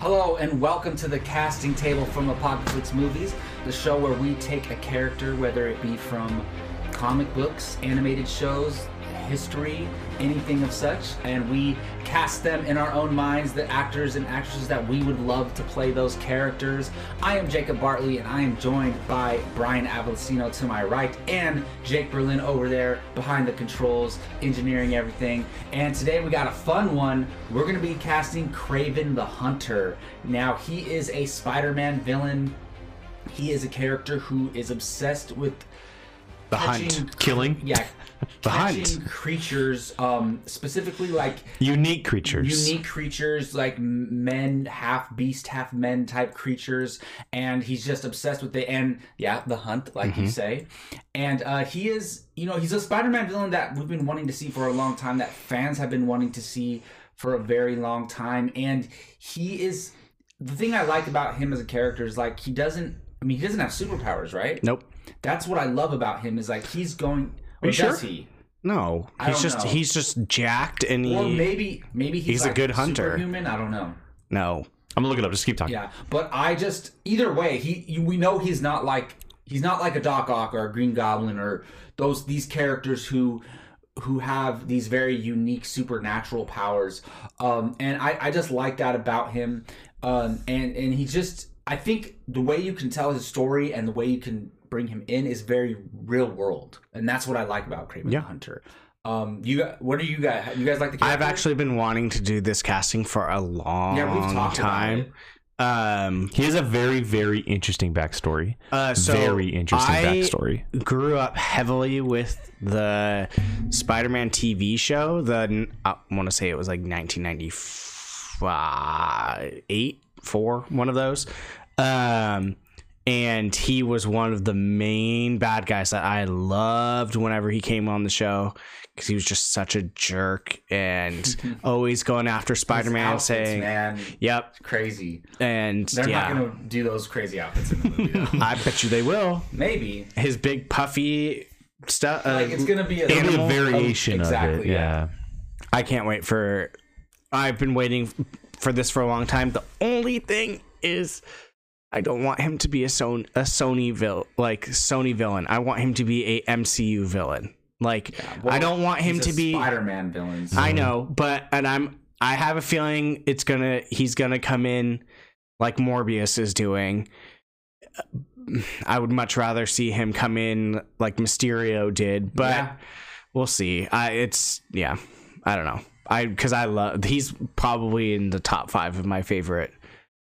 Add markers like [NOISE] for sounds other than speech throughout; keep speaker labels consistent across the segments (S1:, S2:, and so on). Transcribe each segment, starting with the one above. S1: Hello and welcome to the casting table from Apocalypse Movies, the show where we take a character, whether it be from comic books, animated shows, history, anything of such, and we cast them in our own minds, the actors and actresses that we would love to play those characters. I am Jacob Bartley and I am joined by Brian Avellino to my right and Jake Berlin over there behind the controls, engineering everything. And today we got a fun one. We're going to be casting Craven the Hunter. Now, he is a Spider Man villain. He is a character who is obsessed with
S2: The
S1: Catching-
S2: hunt, killing
S1: yeah
S2: The hunt.
S1: catching creatures um specifically like
S2: unique creatures.
S1: unique creatures like m- men half beast half men type creatures and he's just obsessed with the and yeah the hunt like
S2: Mm-hmm.
S1: you say and uh he is you know he's a spider-man villain that we've been wanting to see for a long time that fans have been wanting to see for a very long time and he is the thing i like about him as a character is like he doesn't i mean he doesn't have superpowers right
S2: Nope.
S1: that's what I love about him is like he's going. Or
S2: you sure?
S1: does he?
S2: No,
S1: I
S2: he's
S1: don't
S2: just
S1: know.
S2: he's just jacked and he
S1: Or maybe maybe he's,
S2: He's a
S1: like
S2: good hunter.
S1: Human, I don't know.
S2: no.
S3: I'm gonna look it up. Just keep talking.
S1: Yeah, but I just either way, he you- we know he's not like he's not like a Doc Ock or a Green Goblin or those these characters who who have these very unique supernatural powers. Um, and I I just like that about him. Um, and and he just I think the way you can tell his story and the way you can bring him in is very real world, and that's what I like about Craven
S2: Yeah.
S1: the Hunter. Um, you got- what do you guys you guys like the?
S2: I've
S1: character?
S2: actually been wanting to do this casting for a long
S1: yeah we've talked
S2: time.
S1: about it.
S2: Um
S3: He has a very, very interesting backstory.
S2: uh so
S3: very interesting
S2: I
S3: backstory.
S2: grew up heavily with the Spider-Man TV show, the I want to say it was like 1998, 4, one of those. Um and he was one of the main bad guys that I loved whenever he came on the show because he was just such a jerk and
S1: [LAUGHS]
S2: always going after Spider Man,
S1: Outfits,
S2: saying,
S1: man,
S2: "Yep,"
S1: crazy.
S2: and
S1: They're
S2: yeah,
S1: not gonna do those crazy outfits in the movie.
S3: [LAUGHS]
S1: Though.
S2: I bet you they will.
S1: Maybe
S2: His big puffy stuff. Uh,
S1: like it's gonna be a,
S3: It'll be a
S1: animal-
S3: variation of it.
S1: Exactly,
S3: Yeah.
S2: I can't wait for. I've been waiting for this for a long time. The only thing is, I don't want him to be a Sony, a Sony vil, like Sony villain. I want him to be a MCU villain. Like
S1: well,
S2: I don't want him
S1: He's
S2: to
S1: a
S2: be.
S1: Spider-Man villains.
S2: I know, but and I'm. I have a feeling it's gonna. He's gonna come in like Morbius is doing. I would much rather see him come in like Mysterio did, but
S1: Yeah.
S2: we'll see. I it's yeah, I don't know. I because I love he's probably in the top five of my favorite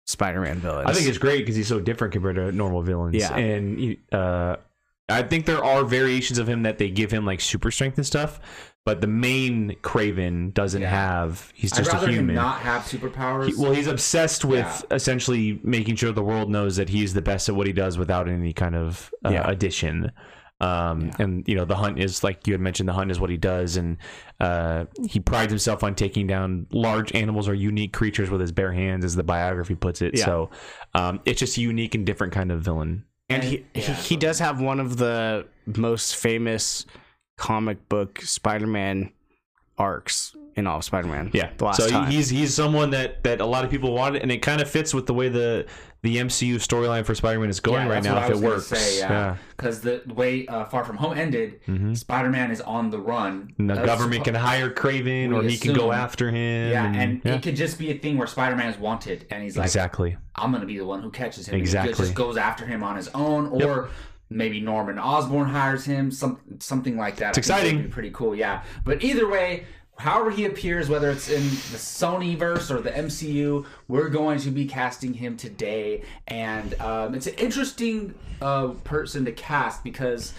S2: Spider-Man villains.
S3: I think it's great because he's so different compared to normal villains.
S2: Yeah.
S3: And he- uh, I think there are variations of him that they give him like super strength and stuff, but the main Craven doesn't
S1: Yeah.
S3: have. He's
S1: I'd
S3: just a
S1: rather him
S3: human.
S1: not have superpowers.
S3: He- well, he's obsessed with essentially making sure the world knows that he's the best at what he does without any kind of uh,
S2: Yeah.
S3: addition. Um, And you know, the hunt is like you had mentioned. The hunt is what he does, and uh, he prides himself on taking down large animals or unique creatures with his bare hands, as the biography puts it.
S2: Yeah.
S3: So um, it's just a unique and different kind of villain.
S2: and he he, he does have one of the most famous comic book Spider-Man arcs in all of Spider-Man.
S3: Yeah.
S2: the last
S3: so he-
S2: time.
S3: he's he's someone that that a lot of people wanted, and it kind of fits with the way the the MCU storyline for Spider-Man is going
S1: Yeah,
S3: right
S1: that's what
S3: now.
S1: I
S3: If it
S1: was gonna
S3: works,
S1: say, yeah, because the way uh, Far From Home ended, Spider-Man is on the run.
S3: Mm-hmm. And the
S1: That's-
S3: government can hire Craven,
S1: we
S3: or he can
S1: assume.
S3: go after him.
S1: Yeah, and
S3: yeah.
S1: it could just be a thing where Spider-Man is wanted, and he's like,
S3: exactly.
S1: "I'm gonna be the one who catches him." And he
S3: Exactly.
S1: just goes after him on his own, or maybe Norman Osborn hires him, some something like that. It's
S3: exciting.
S1: be pretty cool, yeah. But either way, however he appears, whether it's in the Sony verse or the MCU, we're going to be casting him today, and um, it's an interesting uh, person to cast because.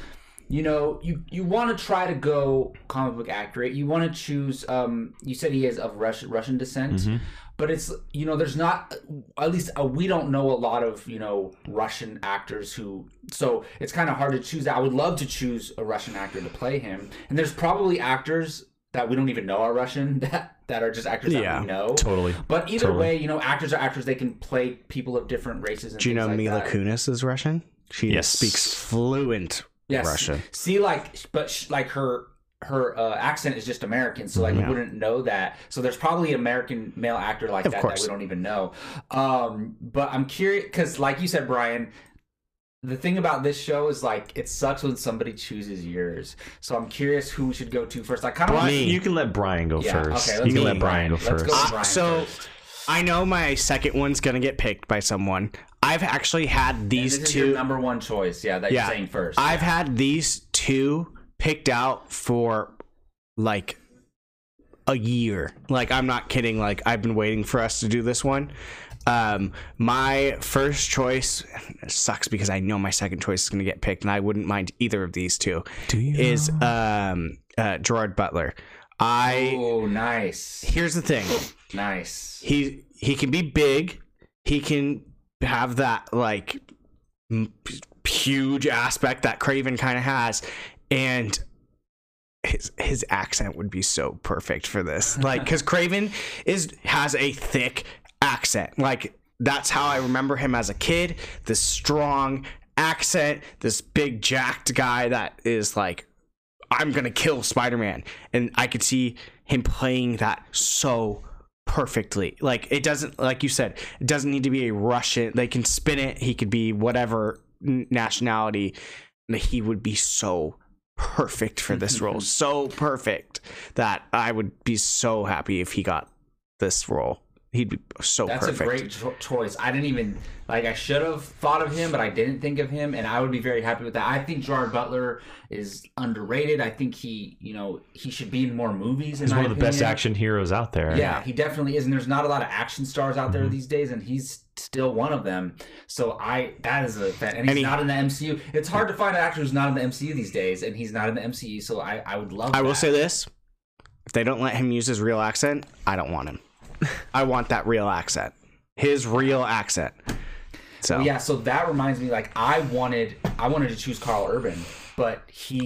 S1: You know, you, you want to try to go comic book accurate. You want to choose. Um, you said he is of Russian Russian descent,
S2: Mm-hmm.
S1: but it's you know, there's not at least uh, we don't know a lot of you know Russian actors who. So it's kind of hard to choose. I would love to choose a Russian actor to play him, and there's probably actors that we don't even know are Russian [LAUGHS] that that are just actors that
S2: Yeah,
S1: we know.
S3: Totally.
S1: But either
S3: Totally.
S1: way, you know, actors are actors. They can play people of different races. And
S2: Do you know
S1: things like
S2: Mila
S1: that.
S2: Kunis is Russian? She
S3: Yes.
S2: speaks fluent
S1: Yes.
S2: Russian.
S1: See, like, but sh- like her her uh, accent is just American, so like we
S2: Yeah.
S1: wouldn't know that. So there's probably an American male actor like
S2: Of
S1: that
S2: course.
S1: that we don't even know. Um, but I'm curious because, like you said, Brian, the thing about this show is like it sucks when somebody chooses yours. So I'm curious who we should go to first. I kind of
S3: Brian,
S1: want
S2: Me.
S3: you can let Brian go
S1: Yeah,
S3: first.
S1: okay,
S3: you
S1: let's
S3: can
S2: go
S3: let
S2: with
S3: Brian go
S1: Let's
S3: first.
S1: go with
S2: Uh,
S1: Brian
S2: so-
S1: first.
S2: I know my second one's gonna get picked by someone. I've actually had
S1: And
S2: these
S1: this is
S2: two.
S1: your number one choice. Yeah, that
S2: Yeah.
S1: you're saying first.
S2: I've had these two picked out for like a year. Like I'm not kidding. Like I've been waiting for us to do this one. Um, my first choice sucks because I know my second choice is going to get picked, and I wouldn't mind either of these two.
S3: Do you
S2: Is um, uh, Gerard Butler? I
S1: oh, nice,
S2: here's the thing
S1: nice.
S2: he he can be big he can have that like m- huge aspect that craven kind of has and his his accent would be so perfect for this like because craven is has a thick accent like that's how i remember him as a kid this strong accent this big jacked guy that is like I'm gonna kill Spider Man, and I could see him playing that so perfectly. Like it doesn't, like you said, it doesn't need to be a Russian. They can spin it. He could be whatever n- nationality. and He would be so perfect for
S1: [LAUGHS]
S2: this role, so perfect that I would be so happy if he got this role. He'd be so
S1: That's
S2: perfect.
S1: a great cho- choice. I didn't even like. I should have thought of him, but I didn't think of him, and I would be very happy with that. I think Gerard Butler is underrated. I think he, you know, he should be in more movies. In
S3: He's
S1: my
S3: one of the best
S1: opinion.
S3: action heroes out there.
S1: Yeah, he definitely is, and there's not a lot of action stars out there these days, and he's still one of them. So I, that is a fan, and he's
S2: And he-
S1: not in the MCU. It's hard to find an actor who's not in the MCU these days, and he's not in the MCU. So I, I would love.
S2: I will
S1: that.
S2: say this: if they don't let him use his real accent, I don't
S1: [LAUGHS]
S2: want him. I want that real accent, his real accent.
S3: Oh,
S2: So
S1: yeah. So that reminds me, like I wanted, I wanted to choose Carl Urban, but he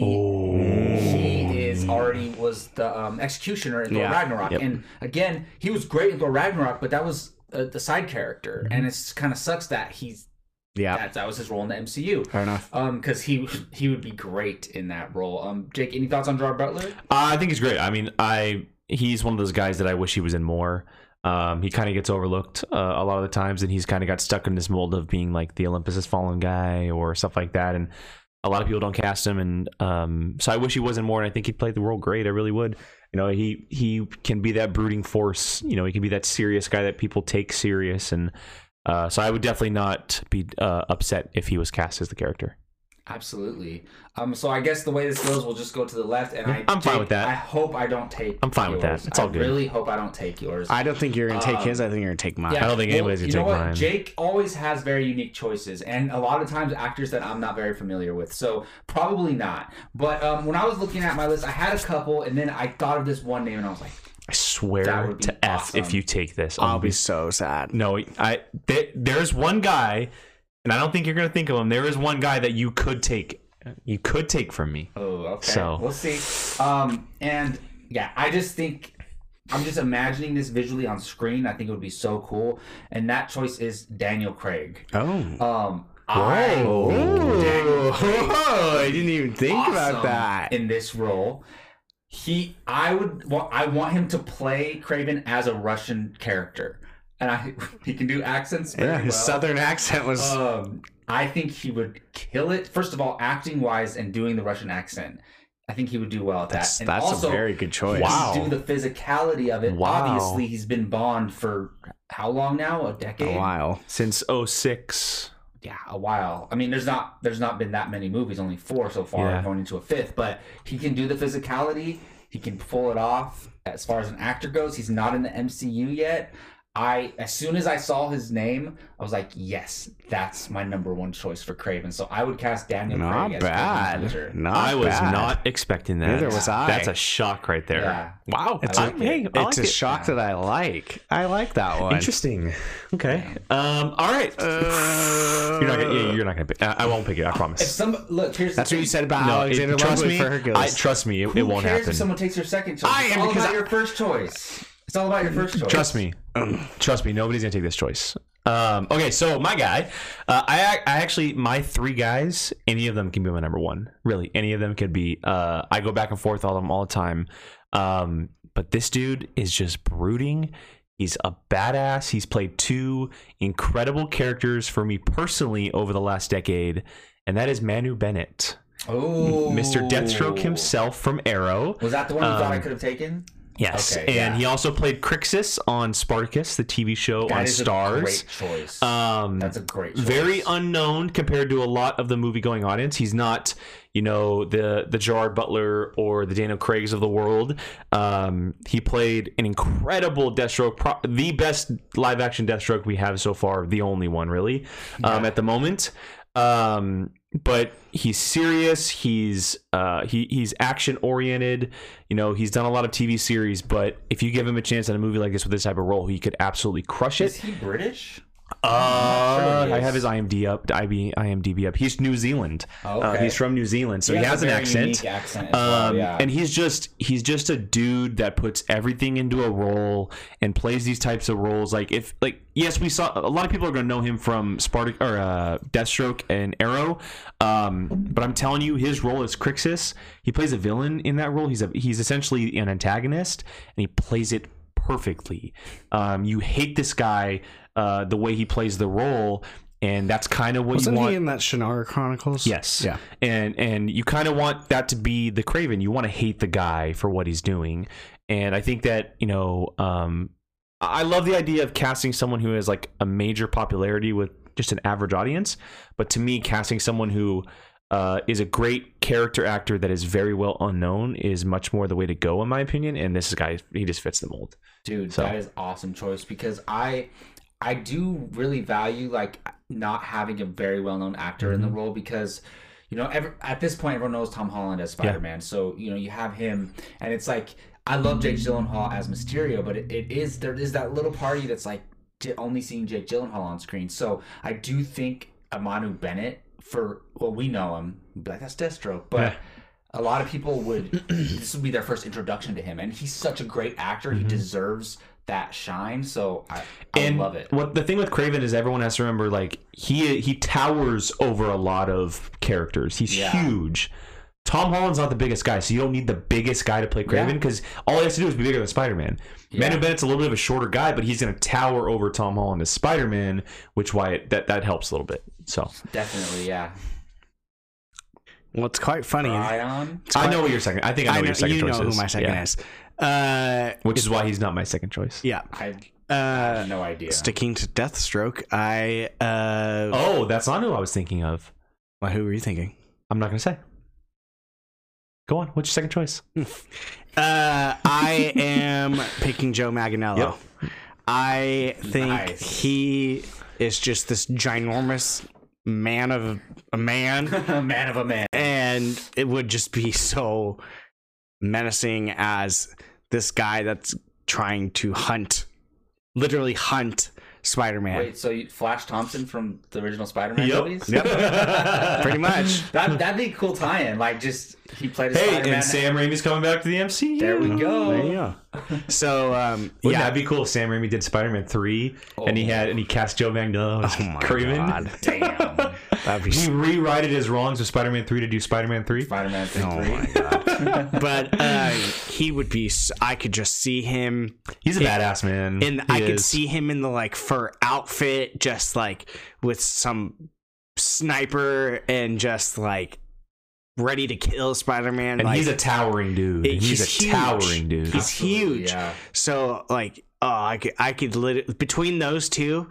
S1: he is already was the um, executioner in Thor
S2: Yeah.
S1: Ragnarok, and again, he was great in Thor Ragnarok, but that was uh, the side character,
S3: Mm-hmm.
S1: and it's kind of sucks that he's
S2: yeah,
S1: that that was his role in the MCU.
S2: fair enough.
S1: Um, because he he would be great in that role. Um, Jake, any thoughts on Gerard Butler?
S3: I think he's great. I mean, I he's one of those guys that I wish he was in more. Um, he kind of gets overlooked uh, a lot of the times, and he's kind of got stuck in this mold of being like the Olympus has fallen guy or stuff like that. And a lot of people don't cast him, and um, so I wish he was in more. And I think he'd play the role great. I really would. You know, he he can be that brooding force. You know, he can be that serious guy that people take serious, and uh, so I would definitely not be uh, upset if he was cast as the character.
S1: Absolutely. Um, so I guess the way this goes, we'll just go to the left, and I
S3: I'm fine with that.
S1: I hope I don't take.
S3: I'm fine with that.
S1: yours.
S3: It's all
S1: I
S3: good.
S1: Really hope I don't take yours.
S2: I don't think you're gonna take
S1: Um,
S2: his. I think you're gonna take mine.
S3: I don't think anybody's gonna
S1: you know
S3: take
S1: what?
S3: mine.
S1: Jake always has very unique choices, and a lot of times actors that I'm not very familiar with. So probably not. But um, when I was looking at my list, I had a couple, and then I thought of this one name, and I was like,
S3: I swear
S1: That would be
S3: to f
S1: awesome.
S3: if you take this.
S2: I'll be so sad.
S3: No, I th- there's one guy, and I don't think you're gonna think of him. There is one guy that you could take, you could take from me.
S1: "Oh, okay,
S3: So-
S1: we'll see." Um, and yeah, I just think I'm just imagining this visually on screen. I think it would be so cool. And that choice is Daniel Craig.
S2: Oh.
S1: Um, I, Daniel
S2: Whoa, [LAUGHS] I didn't even think about
S1: awesome
S2: that.
S1: in this role. He, I would, wa- I want him to play Craven as a Russian character, and I [LAUGHS] he can do accents. Very
S2: Yeah, his
S1: well.
S2: southern accent was.
S1: Um, I think he would kill it. First of all, acting wise and doing the Russian accent, I think he would do well at
S2: that's
S1: that. And
S2: that's
S1: also,
S2: a very good choice.
S3: Wow.
S1: Do the physicality of it.
S3: Wow.
S1: Obviously, he's been Bond for how long now? A decade.
S2: A while.
S3: Since 06.
S1: yeah, a while. I mean, there's not there's not been that many movies, only four so far,
S3: Yeah.
S1: going into a fifth. But he can do the physicality. He can pull it off. As far as an actor goes, he's not in the MCU yet. I as soon as I saw his name, I was like, yes, that's my number one choice for Craven. So I would cast Daniel
S2: Not
S1: Craig as Craven's
S2: bad.
S1: Hunter.
S2: Not
S3: I was
S2: bad.
S3: not expecting that.
S2: Neither was I.
S3: That's a shock right there.
S1: Yeah.
S3: Wow.
S2: It's
S3: I-
S2: a-
S3: hey, I
S2: it's
S3: like
S2: a
S3: it.
S2: shock that I like. I like that one.
S3: Interesting. Okay. Um. All right.
S2: Uh,
S3: you're not gonna. Yeah, you're not gonna pick. I, I won't pick it. I
S1: If
S3: promise.
S1: some look, here's the
S2: That's what you
S1: thing.
S2: said about
S3: No, it-
S2: Alexander
S3: trust
S2: Lovegood
S3: me.
S2: for Hercules.
S3: I, trust me. It, it
S1: Who
S3: won't
S1: cares
S3: happen.
S1: if someone takes your second choice?
S2: I
S1: it's
S2: am,
S1: all
S2: because
S1: about
S2: I-
S1: your first choice. It's all about your first choice.
S3: Trust me. Trust me. Nobody's gonna take this choice. Um, okay, so my guy, uh, I ac- I actually my three guys, any of them can be my number one. Really, any of them could be. Uh, I go back and forth on them all the time. Um, but this dude is just brooding. He's a badass. He's played two incredible characters for me personally over the last decade, and that is Manu Bennett,
S1: Oh,
S3: Mr. Deathstroke himself from Arrow.
S1: Was that the one you thought I
S3: Um,
S1: could have taken?
S3: Yes,
S1: Okay,
S3: and
S1: yeah.
S3: he also played Crixus on Spartacus, the TV show
S1: That
S3: on
S1: is a
S3: Stars.
S1: great choice.
S3: Um,
S1: That's a great choice.
S3: very unknown compared to a lot of the movie going audience. He's not, you know, the the Gerard Butler or the Daniel Craig's of the world. Um, he played an incredible Deathstroke, pro- the best live action Deathstroke we have so far, the only one really um, at the moment. Um, but he's serious. He's uh, he he's action oriented. You know, he's done a lot of TV series, but if you give him a chance in a movie like this with this type of role, he could absolutely crush it.
S1: Is he British?
S3: Uh,
S1: Sure he
S3: I
S1: is.
S3: have his IMD up, IB, IMDb up. He's New Zealand.
S1: Oh,
S3: Uh,
S1: okay.
S3: he's from New Zealand, so he, has,
S1: a
S3: an
S1: very
S3: accent.
S1: unique accent as well,
S3: Um,
S1: yeah.
S3: And he's just he's just a dude that puts everything into a role and plays these types of roles. Like if like yes, we saw a lot of people are gonna know him from Spartak or uh, Deathstroke and Arrow. Um, but I'm telling you, his role is Crixus. He plays a villain in that role. He's a he's essentially an antagonist, and he plays it perfectly. Um, you hate this guy uh, the way he plays the role. And that's kind of what
S2: Wasn't
S3: you want.
S2: he in that Shannara Chronicles?
S3: Yes.
S2: Yeah.
S3: And and you kind of want that to be the Craven. You want to hate the guy for what he's doing. And I think that you know, um, I I love the idea of casting someone who has like a major popularity with just an average audience. But to me, casting someone who uh, is a great character actor that is very well unknown is much more the way to go in my opinion. And this guy, he just fits the mold.
S1: dude
S3: So-
S1: that is awesome choice because i i do really value like not having a very well-known actor in the
S3: Mhm.
S1: role because you know every, at this point everyone knows tom holland as spider-man so you know you have him and it's like i love jake gyllenhaal as mysterio but it, it is there is that little party that's like j- only seeing jake gyllenhaal on screen so i do think amanu bennett for well we know him be like that's deathstroke but
S3: Yeah.
S1: a lot of people would [CLEARS THROAT] this would be their first introduction to him and he's such a great actor he deserves that shine so i, I
S3: Mm-hmm. and
S1: love it
S3: What the thing with Craven is, everyone has to remember, like he he towers over a lot of characters. He's
S1: Yeah.
S3: huge. Tom Holland's not the biggest guy, so you don't need the biggest guy to play Craven because all he has to do is be bigger than Spider Man. Manu Bennett's a little bit of a shorter guy, but he's going to tower over Tom Holland as Spider Man, which why it, that that helps a little bit. So
S1: definitely yeah
S2: Well, it's quite funny.
S1: right on
S3: Uh, I know what your second. I think I
S2: I
S3: know, what
S2: know,
S3: your second
S2: you know
S3: choice
S2: who
S3: is.
S2: my second
S3: Yeah.
S2: is. Uh,
S3: which is why he's not my second choice.
S2: yeah.
S1: i
S2: Uh,
S1: have no idea
S2: Sticking to Deathstroke, I. Uh,
S3: Oh, that's not who I was thinking of.
S2: well, who were you thinking?
S3: I'm not going to say. Go on. What's your second choice?
S2: Uh, I am picking Joe Manganiello. I think
S1: Nice.
S2: he is just this ginormous man of a man,
S1: [LAUGHS] man of a man
S2: and it would just be so menacing as this guy that's trying to hunt, literally hunt Spider-Man.
S1: wait so you, flash thompson from the original spider-man movies
S2: [LAUGHS] [LAUGHS] Pretty much.
S1: [LAUGHS] that, that'd be a cool tie-in like just he played a
S3: Hey,
S1: spider-man
S3: and Sam Raimi's coming back to the MCU.
S1: there we [LAUGHS] go
S2: There you go. So, um,
S3: Wouldn't
S2: yeah.
S3: that be cool? if Sam Raimi did Spider Man three, and he had and he cast Joe Manganiello as
S2: Oh my
S3: Craven.
S2: god,
S1: [LAUGHS] damn
S2: that'd [LAUGHS] be
S3: He rewrited his wrongs with Spider Man three to do Spider Man three.
S1: spider-man 3
S2: [LAUGHS] Oh my
S3: [LAUGHS]
S2: god! but uh, he would be. s- I could just see him,
S3: He's a badass man,
S2: and
S3: He
S2: I could
S3: is.
S2: see him in the like fur outfit, just like with some sniper, and just like ready to kill Spider-Man.
S3: And
S2: like,
S3: he's a towering dude.
S2: it-
S3: he's, a
S2: he's huge.
S3: towering dude.
S2: He's huge.
S1: yeah
S2: So like, oh, I could, I could lit- between those two,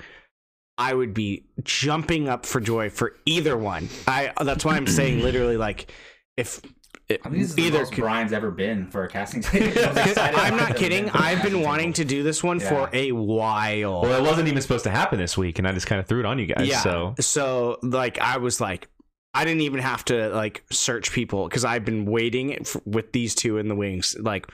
S2: I would be jumping up for joy for either one. I. That's why I'm saying literally like, if.
S1: I mean, this is the
S2: either
S1: most
S2: could,
S1: Brian's ever been for a
S2: [LAUGHS]
S1: casting tape.
S2: I'm not kidding. I've been wanting to do this one for a while.
S3: well, it wasn't even supposed to happen this week, and I just kind of threw it on you guys.
S2: yeah.
S3: So
S2: so like I was like I didn't even have to like search people cuz I've been waiting f with these two in the wings like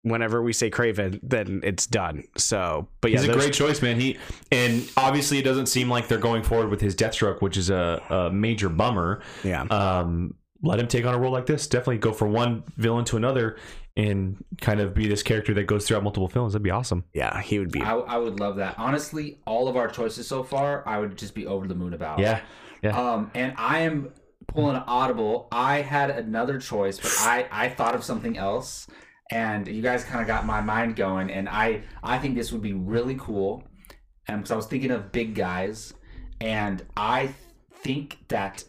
S2: whenever we say Craven then it's done. So but yeah
S3: he's a
S2: those-
S3: great choice, man. He and obviously it doesn't seem like they're going forward with his Deathstroke, which is a, a major bummer.
S2: yeah.
S3: um, let him take on a role like this. Definitely go from one villain to another and kind of be this character that goes throughout multiple films. That'd be awesome.
S2: Yeah, he would be.
S1: I, I would love that. Honestly, all of our choices so far, I would just be over the moon about.
S3: Yeah. Yeah.
S1: Um, and I am pulling an audible. I had another choice, but I, I thought of something else, and you guys kind of got my mind going. And I I think this would be really cool, and because I was thinking of big guys, and I th- think that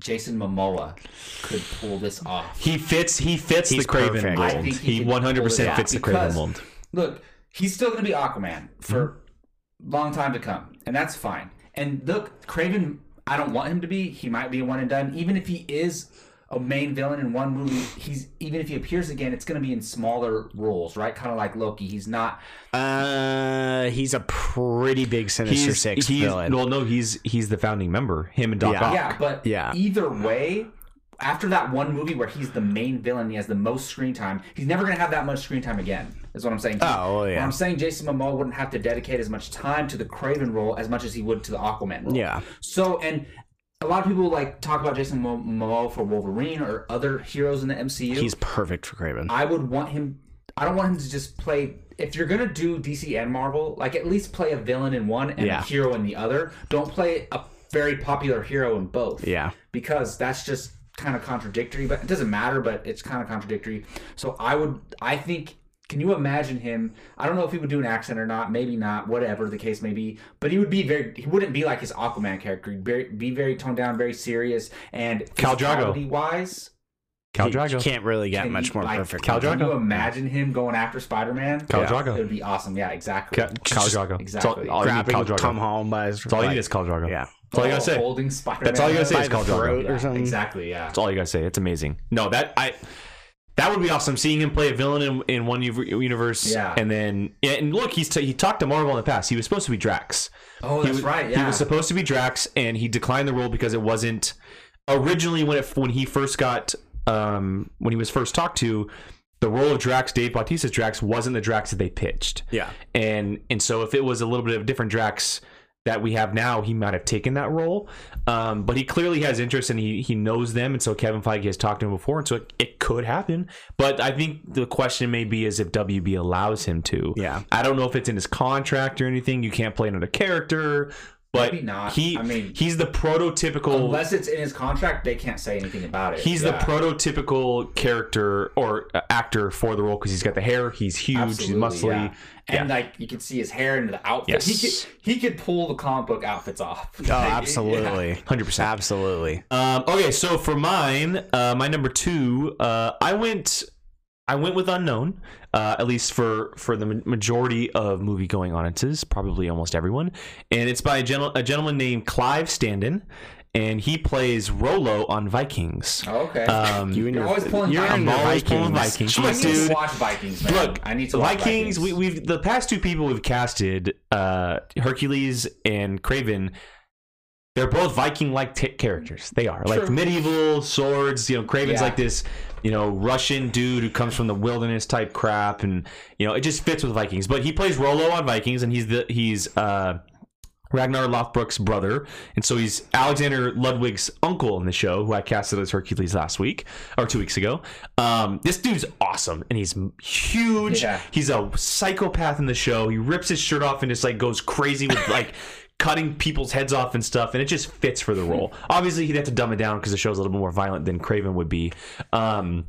S1: Jason Momoa could pull this off.
S3: He fits. He fits
S2: He's
S3: the Craven
S2: perfect.
S1: I
S3: mold.
S1: think he
S3: He
S1: can
S3: one hundred
S1: pull it
S3: percent
S1: off
S3: fits the Craven
S1: because-
S3: mold.
S1: Look, he's still going to be Aquaman for
S3: Mm-hmm.
S1: long time to come, and that's fine. And look, Craven, I don't want him to be. He might be a one and done. Even if he is a main villain in one movie, he's even if he appears again, it's going to be in smaller roles, right? Kind of like Loki. He's not.
S2: Uh, he's a pretty big Sinister Six
S3: he's,
S2: villain.
S3: Well, no, he's he's the founding member. Him and Doc
S2: Yeah.
S3: Ock.
S1: Yeah, but
S2: yeah.
S1: either way. After that one movie where he's the main villain, he has the most screen time. He's never going to have that much screen time again. Is what I'm saying.
S2: Oh, well, yeah.
S1: I'm saying Jason Momoa wouldn't have to dedicate as much time to the Craven role as much as he would to the Aquaman role.
S2: yeah,
S1: So, and a lot of people like talk about Jason Mo- Momoa for Wolverine or other heroes in the MCU.
S2: he's perfect for Craven.
S1: I would want him. I don't want him to just play. If you're gonna do DC and Marvel, like at least play a villain in one and
S2: Yeah.
S1: a hero in the other. Don't play a very popular hero in both.
S2: Yeah.
S1: because that's just kind of contradictory. But it doesn't matter. But it's kind of contradictory. So I would. I think. Can you imagine him? I don't know if he would do an accent or not. Maybe not. Whatever the case may be, but he would be very. He wouldn't be like his Aquaman character. He'd be, be very toned down, very serious, and
S3: Khal Drogo.
S1: wise.
S3: Cal
S2: He
S3: Drago.
S2: can't really get
S1: Can
S2: much
S1: you,
S2: more
S1: like,
S2: perfect.
S3: Cal
S1: Can you
S3: Drago.
S1: imagine him going after Spider Man?
S3: Khal
S2: Yeah.
S1: It would
S3: Drago.
S1: be awesome. Yeah, exactly.
S3: Ca- Khal Drago. It's all-
S1: Exactly.
S3: all you need,
S2: Grabbing
S3: Khal Drago.
S2: Tom Holland by his
S3: That's all you
S2: like,
S3: need is Khal Drago.
S2: Yeah,
S3: That's all you gotta
S1: Oh,
S3: say.
S1: Holding Spider-Man.
S3: That's all you gotta say
S2: by
S3: is
S2: the
S3: Khal
S2: throat
S3: Drago.
S2: or something.
S1: Exactly. Yeah.
S3: That's all you gotta say. It's amazing. No, that I. That would be awesome. Seeing him play a villain in, in one u- universe,
S1: Yeah.
S3: and then yeah, and look, he's t- he talked to Marvel in the past. He was supposed to be Drax.
S1: Oh,
S3: he
S1: that's
S3: was,
S1: right.
S3: He
S1: Yeah.
S3: was supposed to be Drax, and he declined the role because it wasn't originally when it when he first got um when he was first talked to. The role of Drax, Dave Bautista's Drax, wasn't the Drax that they pitched.
S2: Yeah.
S3: and and so if it was a little bit of different Drax that we have now, he might have taken that role. Um, but he clearly has interest and he he knows them, and so Kevin Feige has talked to him before, and so it, it could happen. But I think the question may be is if WB allows him to.
S2: Yeah.
S3: I don't know if it's in his contract or anything. You can't play another character. But
S1: Maybe not.
S3: he,
S1: I mean-
S3: he's the prototypical.
S1: Unless it's in his contract, they can't say anything about it.
S3: He's
S1: Yeah.
S3: the prototypical character or uh, actor for the role because he's got the hair, he's huge,
S1: Absolutely,
S3: he's muscly.
S1: yeah. and like you could see his hair and the outfit.
S3: Yes.
S1: He could he could pull the comic book outfits off. [LAUGHS]
S2: Oh, absolutely,
S3: Hundred percent.
S2: absolutely.
S3: Um, okay, so for mine, uh, my number two, uh, I went, I went with unknown, uh, at least for for the ma- majority of movie going audiences, probably almost everyone, and it's by a, gentle, a gentleman named Clive Standen, and he plays Rolo on Vikings.
S1: Oh, okay.
S3: Um,
S2: You and
S1: You're
S2: your,
S1: always pulling
S2: you're
S1: Vikings.
S2: into
S3: I'm always pulling
S2: Vikings.
S3: Vikings.
S1: I
S2: Jeez,
S1: need
S2: dude.
S1: to watch Vikings, man.
S3: Look,
S1: I need to watch
S3: Vikings, We, we've the past two people we've casted, uh, Hercules and Craven. They're both Viking-like t- characters. They are like
S1: True.
S3: medieval swords. You know, Craven's
S1: Yeah.
S3: like this, you know, Russian dude who comes from the wilderness type crap, and you know, it just fits with Vikings. But he plays Rolo on Vikings, and he's the he's uh, Ragnar Lothbrok's brother, and so he's Alexander Ludwig's uncle in the show, who I casted as Hercules last week or two weeks ago. Um, this dude's awesome, and he's huge.
S1: Yeah.
S3: He's a psychopath in the show. He rips his shirt off and just like goes crazy with [LAUGHS] like cutting people's heads off and stuff, and it just fits for the role. Obviously, he'd have to dumb it down because the show's a little bit more violent than Craven would be. Um,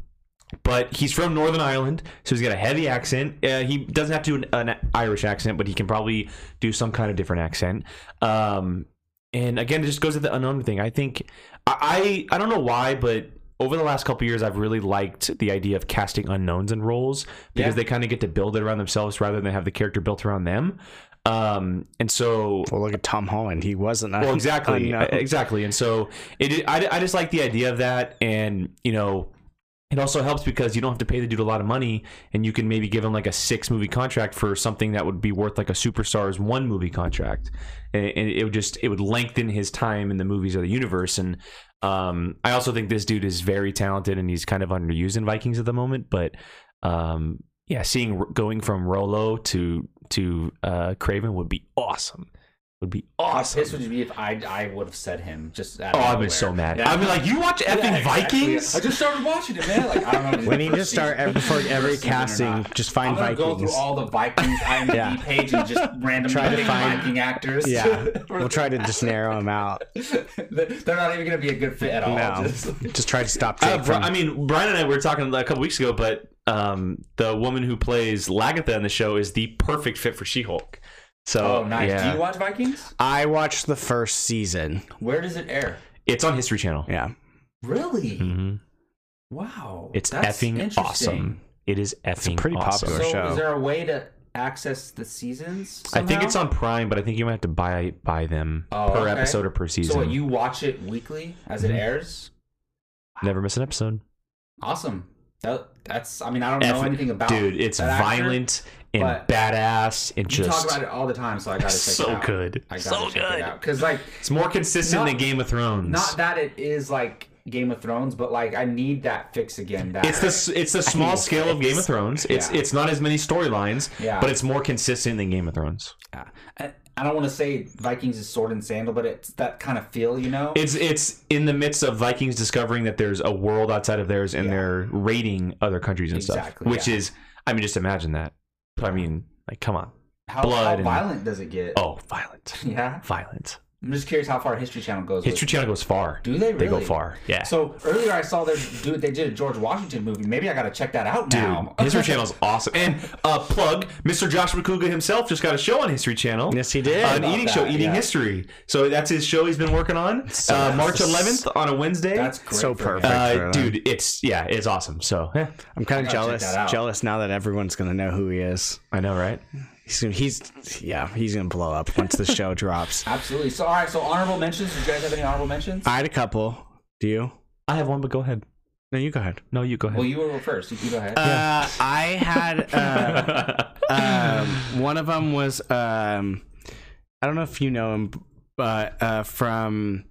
S3: but he's from Northern Ireland, so he's got a heavy accent. Uh, he doesn't have to do an, an Irish accent, but he can probably do some kind of different accent. Um, and again, it just goes to the unknown thing. I think I I, I don't know why, but over the last couple years, I've really liked the idea of casting unknowns in roles because
S1: Yeah.
S3: they kind of get to build it around themselves rather than have the character built around them. Um, and so
S2: Well, look at Tom Holland. He wasn't. [LAUGHS]
S3: well, [LAUGHS] exactly,
S2: unknown.
S3: Uh, exactly. And so it, I, I just like the idea of that, and you know, it also helps because you don't have to pay the dude a lot of money, and you can maybe give him like a six movie contract for something that would be worth like a superstar's one movie contract, and, and it would just it would lengthen his time in the movies or the universe. And um, I also think this dude is very talented, and he's kind of underused in Vikings at the moment, but. Um, yeah, seeing going from Rolo to to uh, Craven would be awesome. would be
S1: How
S3: awesome.
S1: pissed would you be if I I would have said him? Just out
S3: Oh,
S1: of
S3: I've
S1: nowhere.
S3: been so mad.
S1: Yeah.
S3: I'd be like, you watch effing
S1: Yeah, exactly.
S3: Vikings?
S1: I just started watching it, man. Like I don't know. if it's
S2: We
S1: the
S2: need to
S1: first
S2: start
S1: season.
S2: every, for every
S1: First season or
S2: casting.
S1: not.
S2: Just find
S1: I'm gonna go through
S2: Vikings.
S1: all the
S2: [LAUGHS]
S1: Vikings IMDb
S2: Yeah.
S1: page and just randomly
S2: Try to
S1: pick
S2: find-
S1: Viking actors. [LAUGHS]
S2: Yeah, we'll try to just narrow them out.
S1: They're [LAUGHS] they're not even gonna be a good fit at all.
S2: No,
S1: Just-
S2: just try to stop
S3: Uh,
S2: Jake
S3: Bri-
S2: from.
S3: I mean, Brian and I were talking a couple weeks ago, but um, the woman who plays Lagatha in the show is the perfect fit for She-Hulk. So,
S1: oh, nice.
S3: yeah.
S1: Do you watch Vikings?
S2: I watched the first season.
S1: Where does it air?
S3: it's on History Channel.
S2: Yeah,
S1: Really?
S3: hmm
S1: Wow.
S3: It's
S1: That's
S3: effing
S1: interesting.
S3: awesome. It is effing
S2: pretty
S3: awesome.
S1: So,
S2: popular- show.
S1: is there a way to access the seasons?
S3: I think
S1: somehow?
S3: it's on Prime, but I think you might have to buy buy them
S1: Oh,
S3: per
S1: okay.
S3: episode or per season.
S1: So, what, you watch it weekly as it
S3: Mhm.
S1: airs?
S3: Never miss an episode,
S1: Awesome. That, that's. I mean, I don't know
S3: Eff-
S1: anything about
S3: dude. It's
S1: that actor.
S3: violent and
S1: but-
S3: badass and
S1: You
S3: just
S1: talk about it all the time, so I gotta check
S3: so
S1: it out.
S3: good.
S1: I gotta
S3: So
S1: check it
S3: good.
S1: out because like
S3: It's more consistent
S1: Not-
S3: than Game of Thrones.
S1: not that it is like Game of Thrones, but like I need that fix again. That
S3: It's the s- it's the small scale of Game of Thrones. It's
S1: Yeah.
S3: it's not as many storylines,
S1: Yeah.
S3: but it's more consistent than Game of Thrones.
S1: Yeah. I, I don't want to say Vikings is sword and sandal, but it's that kind of feel, you know.
S3: It's it's in the midst of Vikings discovering that there's a world outside of theirs and they're raiding other countries and stuff,
S1: Exactly,
S3: which
S1: yeah.
S3: is I mean just imagine that. I mean, like come on.
S1: how
S3: blood
S1: how
S3: and-
S1: violent does it get?
S3: Oh, violent.
S1: Yeah,
S3: Violent.
S1: I'm just curious how far History Channel goes.
S3: History Channel goes far.
S1: Do they
S3: They go
S1: really?
S3: far. Yeah.
S1: With. So earlier I saw their dude. They did a George Washington movie. Maybe I gotta check that out
S3: Dude,
S1: now.
S3: History Channel's awesome. And uh, plug, Mr. Joshua Kuga himself just got a show on History Channel.
S2: Yes, he did.
S3: Uh, an
S1: About
S3: eating show,
S1: that,
S3: Eating
S1: yeah.
S3: History. So that's his show he's been working on. uh,
S2: that's
S3: March
S2: the s-
S3: 11th on a
S1: [LAUGHS]
S3: Wednesday.
S1: That's great
S2: So
S1: for
S2: perfect.
S1: him.
S2: Thanks for
S3: uh,
S2: that.
S3: dude, it's yeah, it's awesome. So eh,
S2: I'm kind
S1: gotta check
S2: of jealous.
S1: that out.
S2: Jealous now that everyone's gonna know who he is.
S3: I know, right?
S2: He's gonna, he's yeah, he's gonna blow up once the show [LAUGHS] drops.
S1: Absolutely. So all right. So honorable mentions. Do you guys have any honorable mentions?
S3: Uh,
S2: I had a couple. Do you?
S3: I have one, but go ahead.
S2: No, you go ahead.
S3: No, you go ahead.
S1: well, you were first. You can go ahead.
S2: Uh, I had uh,
S3: [LAUGHS]
S2: um, one of them was um, I don't know if you know him, but uh, from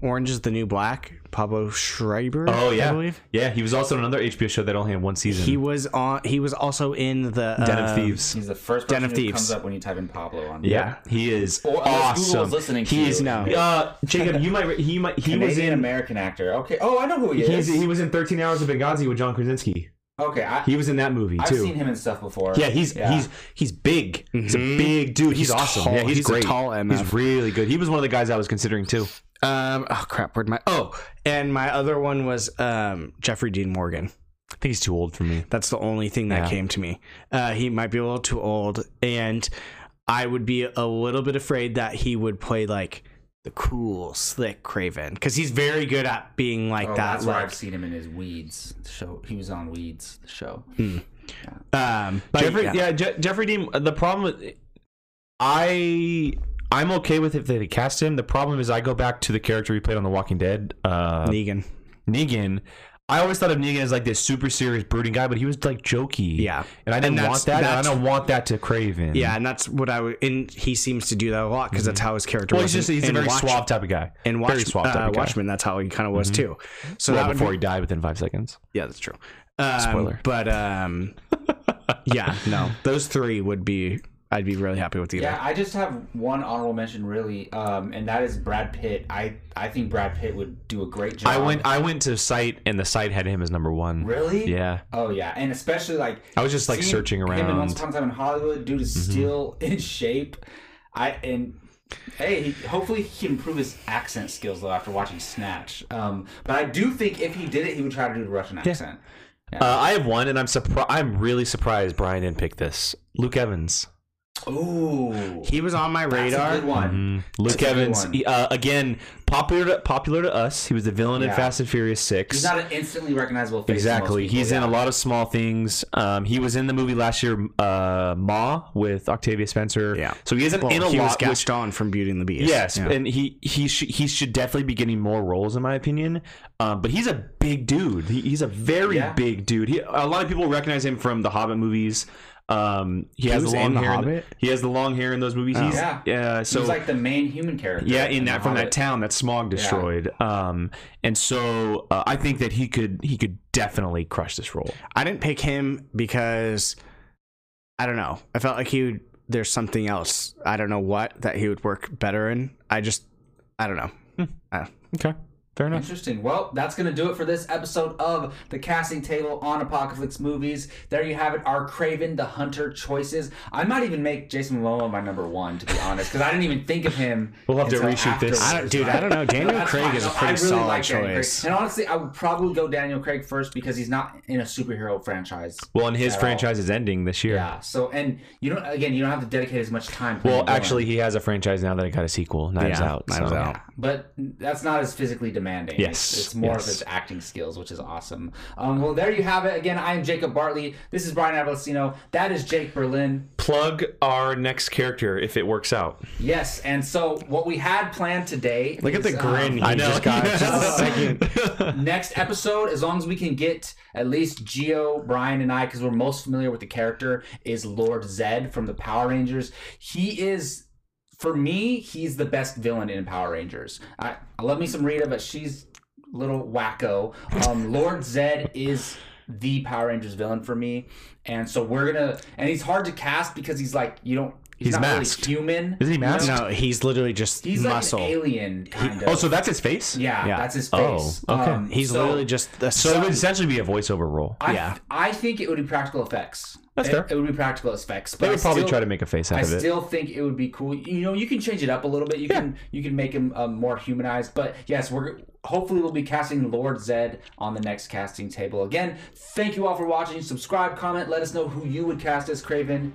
S2: Orange is the New Black, Pablo Schreiber.
S3: oh
S2: I
S3: yeah,
S2: believe.
S3: yeah. He was also in another HBO show that only had one season.
S2: He was on. He was also in the
S3: Den of
S2: um,
S3: Thieves.
S1: He's the first
S2: Den
S1: person
S2: of
S1: who
S2: Thieves.
S1: comes up when you type in Pablo on.
S3: Yeah, he is
S1: Or unless Google's
S3: awesome.
S1: listening to
S3: he
S1: you.
S3: is
S1: No.
S3: Uh, Jacob, you might. He might. He was
S1: Canadian
S3: in.
S1: American actor. Okay. Oh, I know who he is.
S3: He's, he was in 13 Hours of Benghazi with John Krasinski.
S1: okay. I,
S3: He was in that movie
S1: I've
S3: too.
S1: seen him in stuff before.
S3: Yeah, he's he's he's big. He's a big dude. Mm-hmm. He's, awesome.
S2: tall.
S3: Yeah, he's,
S2: He's a
S3: great.
S2: tall MF.
S3: He's really good. He was one of the guys I was considering too.
S2: Um, oh crap! Where'd my oh? And my other one was um Jeffrey Dean Morgan.
S3: I think he's too old for me.
S2: That's the only thing that
S3: Yeah.
S2: came to me. Uh, he might be a little too old, and I would be a little bit afraid that he would play like the cool, slick Craven because he's very good at being like
S1: Oh,
S2: that.
S1: that's where I've
S2: Like,
S1: seen him in his Weeds show. He was on Weeds the show.
S2: um, but
S3: Jeffrey,
S2: yeah.
S3: yeah, Je- Jeffrey Dean. uh, The problem, with, I I'm okay with if they cast him. The problem is I go back to the character he played on The Walking Dead, uh,
S2: Negan.
S3: Negan. I always thought of Negan as like this super serious, brooding guy, but he was like jokey.
S2: Yeah.
S3: and I
S2: And
S3: didn't
S2: that's-
S3: want that. and I
S2: that's-
S3: don't want that to Craven.
S2: Yeah, and that's what I would. And he seems to do that a lot because that's how his character.
S3: well,
S2: was
S3: he's just
S2: in-
S3: he's a
S2: in
S3: very
S2: Watch-
S3: suave type of guy.
S2: In
S3: Mm-hmm. very
S2: Watch,
S3: suave Mm-hmm. type
S2: uh,
S3: of guy.
S2: Watchmen, that's how he kind of was too. So
S3: Well,
S2: that would be
S3: before he died within five seconds.
S2: Yeah, that's true. Um,
S3: Spoiler.
S2: But um, yeah, no, those three would be. I'd be really happy with either.
S1: Yeah, I just have one honorable mention really, um, and that is Brad Pitt. I I think Brad Pitt would do a great job.
S3: I went. I went to site, and the site had him as number one.
S1: Really?
S3: Yeah.
S1: Oh yeah, and especially like
S3: I was just like
S1: seeing
S3: searching
S1: Him in Once
S3: around. Mm-hmm.
S1: Upon a Time in Hollywood, dude is still [LAUGHS] in shape. I and hey, he, hopefully he can improve his accent skills though after watching Snatch. Um, but I do think if he did it, he would try to do the Russian accent.
S3: Uh, I have one, and I'm surprised. I'm really surprised Brian didn't pick this. Luke Evans.
S1: Ooh,
S2: He was on my
S1: that's
S2: radar.
S1: a good one.
S3: Luke
S1: That's a good
S3: Evans.
S1: one.
S3: he- uh, again, popular to, popular to us. He was the villain in
S1: Yeah.
S3: Fast and Furious Six.
S1: He's not an instantly recognizable face. to most
S3: exactly.
S1: people,
S3: He's in
S1: yeah.
S3: a lot of small things. Um, he was in the movie last year, uh, Ma, with Octavia Spencer.
S2: Yeah.
S3: So he isn't
S2: Well,
S3: in a
S2: he was
S3: lot. which-
S2: Gaston from Beauty and the Beast.
S3: Yes,
S2: Yeah.
S3: and he he sh- he should definitely be getting more roles in my opinion. Um, but he's a big dude. He, he's a very
S1: Yeah.
S3: big dude. He, a lot of people recognize him from the Hobbit movies. Um, he, has
S2: was
S3: the Oh. long
S2: in The
S3: hair. in-
S2: Hobbit?
S3: he has the long hair in those movies. He's,
S1: Yeah.
S3: yeah. so
S1: he's like the main human character.
S3: yeah, in
S1: The
S3: that from that
S1: Hobbit.
S3: town that Smog destroyed. Um, and so uh, I think that he could he could definitely crush this role.
S2: I didn't pick him because I don't know. I felt like he would there's something else. I don't know what that he would work better in. I just, I don't know.
S1: Hmm.
S2: I don't-
S3: Okay. Fair enough.
S1: Interesting. Well, that's going to do it for this episode of the casting table on Apocalypse movies. There you have it. Our Craven the Hunter choices. I might even make Jason Momoa my number one, to be honest, because I didn't even think of him.
S3: We'll have to
S1: until
S3: reshoot this.
S1: afterwards.
S2: I don't, dude, I don't know.
S1: [LAUGHS]
S2: Daniel
S1: That's
S2: Craig
S1: fine.
S2: is a
S1: No, I
S2: pretty
S1: really
S2: solid
S1: like Daniel Craig.
S2: choice.
S1: And honestly, I would probably go Daniel Craig first because he's not in a superhero franchise.
S3: Well, and his
S1: At all.
S3: franchise is ending this year.
S1: Yeah. So, and you don't again, you don't have to dedicate as much time. playing
S3: Well,
S1: Dylan.
S3: actually, he has a franchise now that it got a sequel. Knives
S2: Yeah,
S3: Out.
S2: Knives
S3: so-
S2: Out.
S1: but that's not as physically demanding.
S3: Yes,
S1: it's, it's more
S3: yes.
S1: of his acting skills, which is awesome. Um, well, there you have it. Again, I am Jacob Bartley. This is Brian Avalosino. That is Jake Berlin.
S3: Plug our next character if it works out.
S1: Yes, and so what we had planned today.
S2: Look at the
S1: is, um,
S2: grin he
S3: I know.
S2: just got.
S3: [LAUGHS]
S1: [LAUGHS]
S3: Yeah.
S2: Just a second.
S1: next episode, as long as we can get at least Geo, Brian, and I, because we're most familiar with the character, is Lord Zed from the Power Rangers. He is. For me, he's the best villain in Power Rangers. I, I love me some Rita, but she's a little wacko. Um, Lord Zed is the Power Rangers villain for me, and so we're gonna. And he's hard to cast because he's like you don't. He's,
S3: He's
S1: not
S3: masked.
S1: really human.
S3: Isn't he
S1: you know?
S3: masked?
S2: No, he's literally just
S1: He's like
S2: muscle.
S1: an alien kind of.
S3: Oh, so that's his face.
S1: yeah,
S2: yeah.
S1: that's his
S3: Oh,
S1: face. Um,
S3: okay.
S2: he's
S1: so-
S2: literally just the
S3: So it would essentially be a voiceover role.
S1: I,
S2: Yeah.
S1: I think it would be practical effects.
S3: That's
S1: it,
S3: fair.
S1: It would be practical effects. But
S3: They would
S1: I
S3: probably
S1: still-
S3: try to make a face out
S1: I
S3: of it.
S1: still think it would be cool. You know, you can change it up a little bit. You can you can make him um, more humanized. But yes, we're hopefully we'll be casting Lord Zed on the next casting table again. Thank you all for watching. Subscribe, comment, let us know who you would cast as Craven.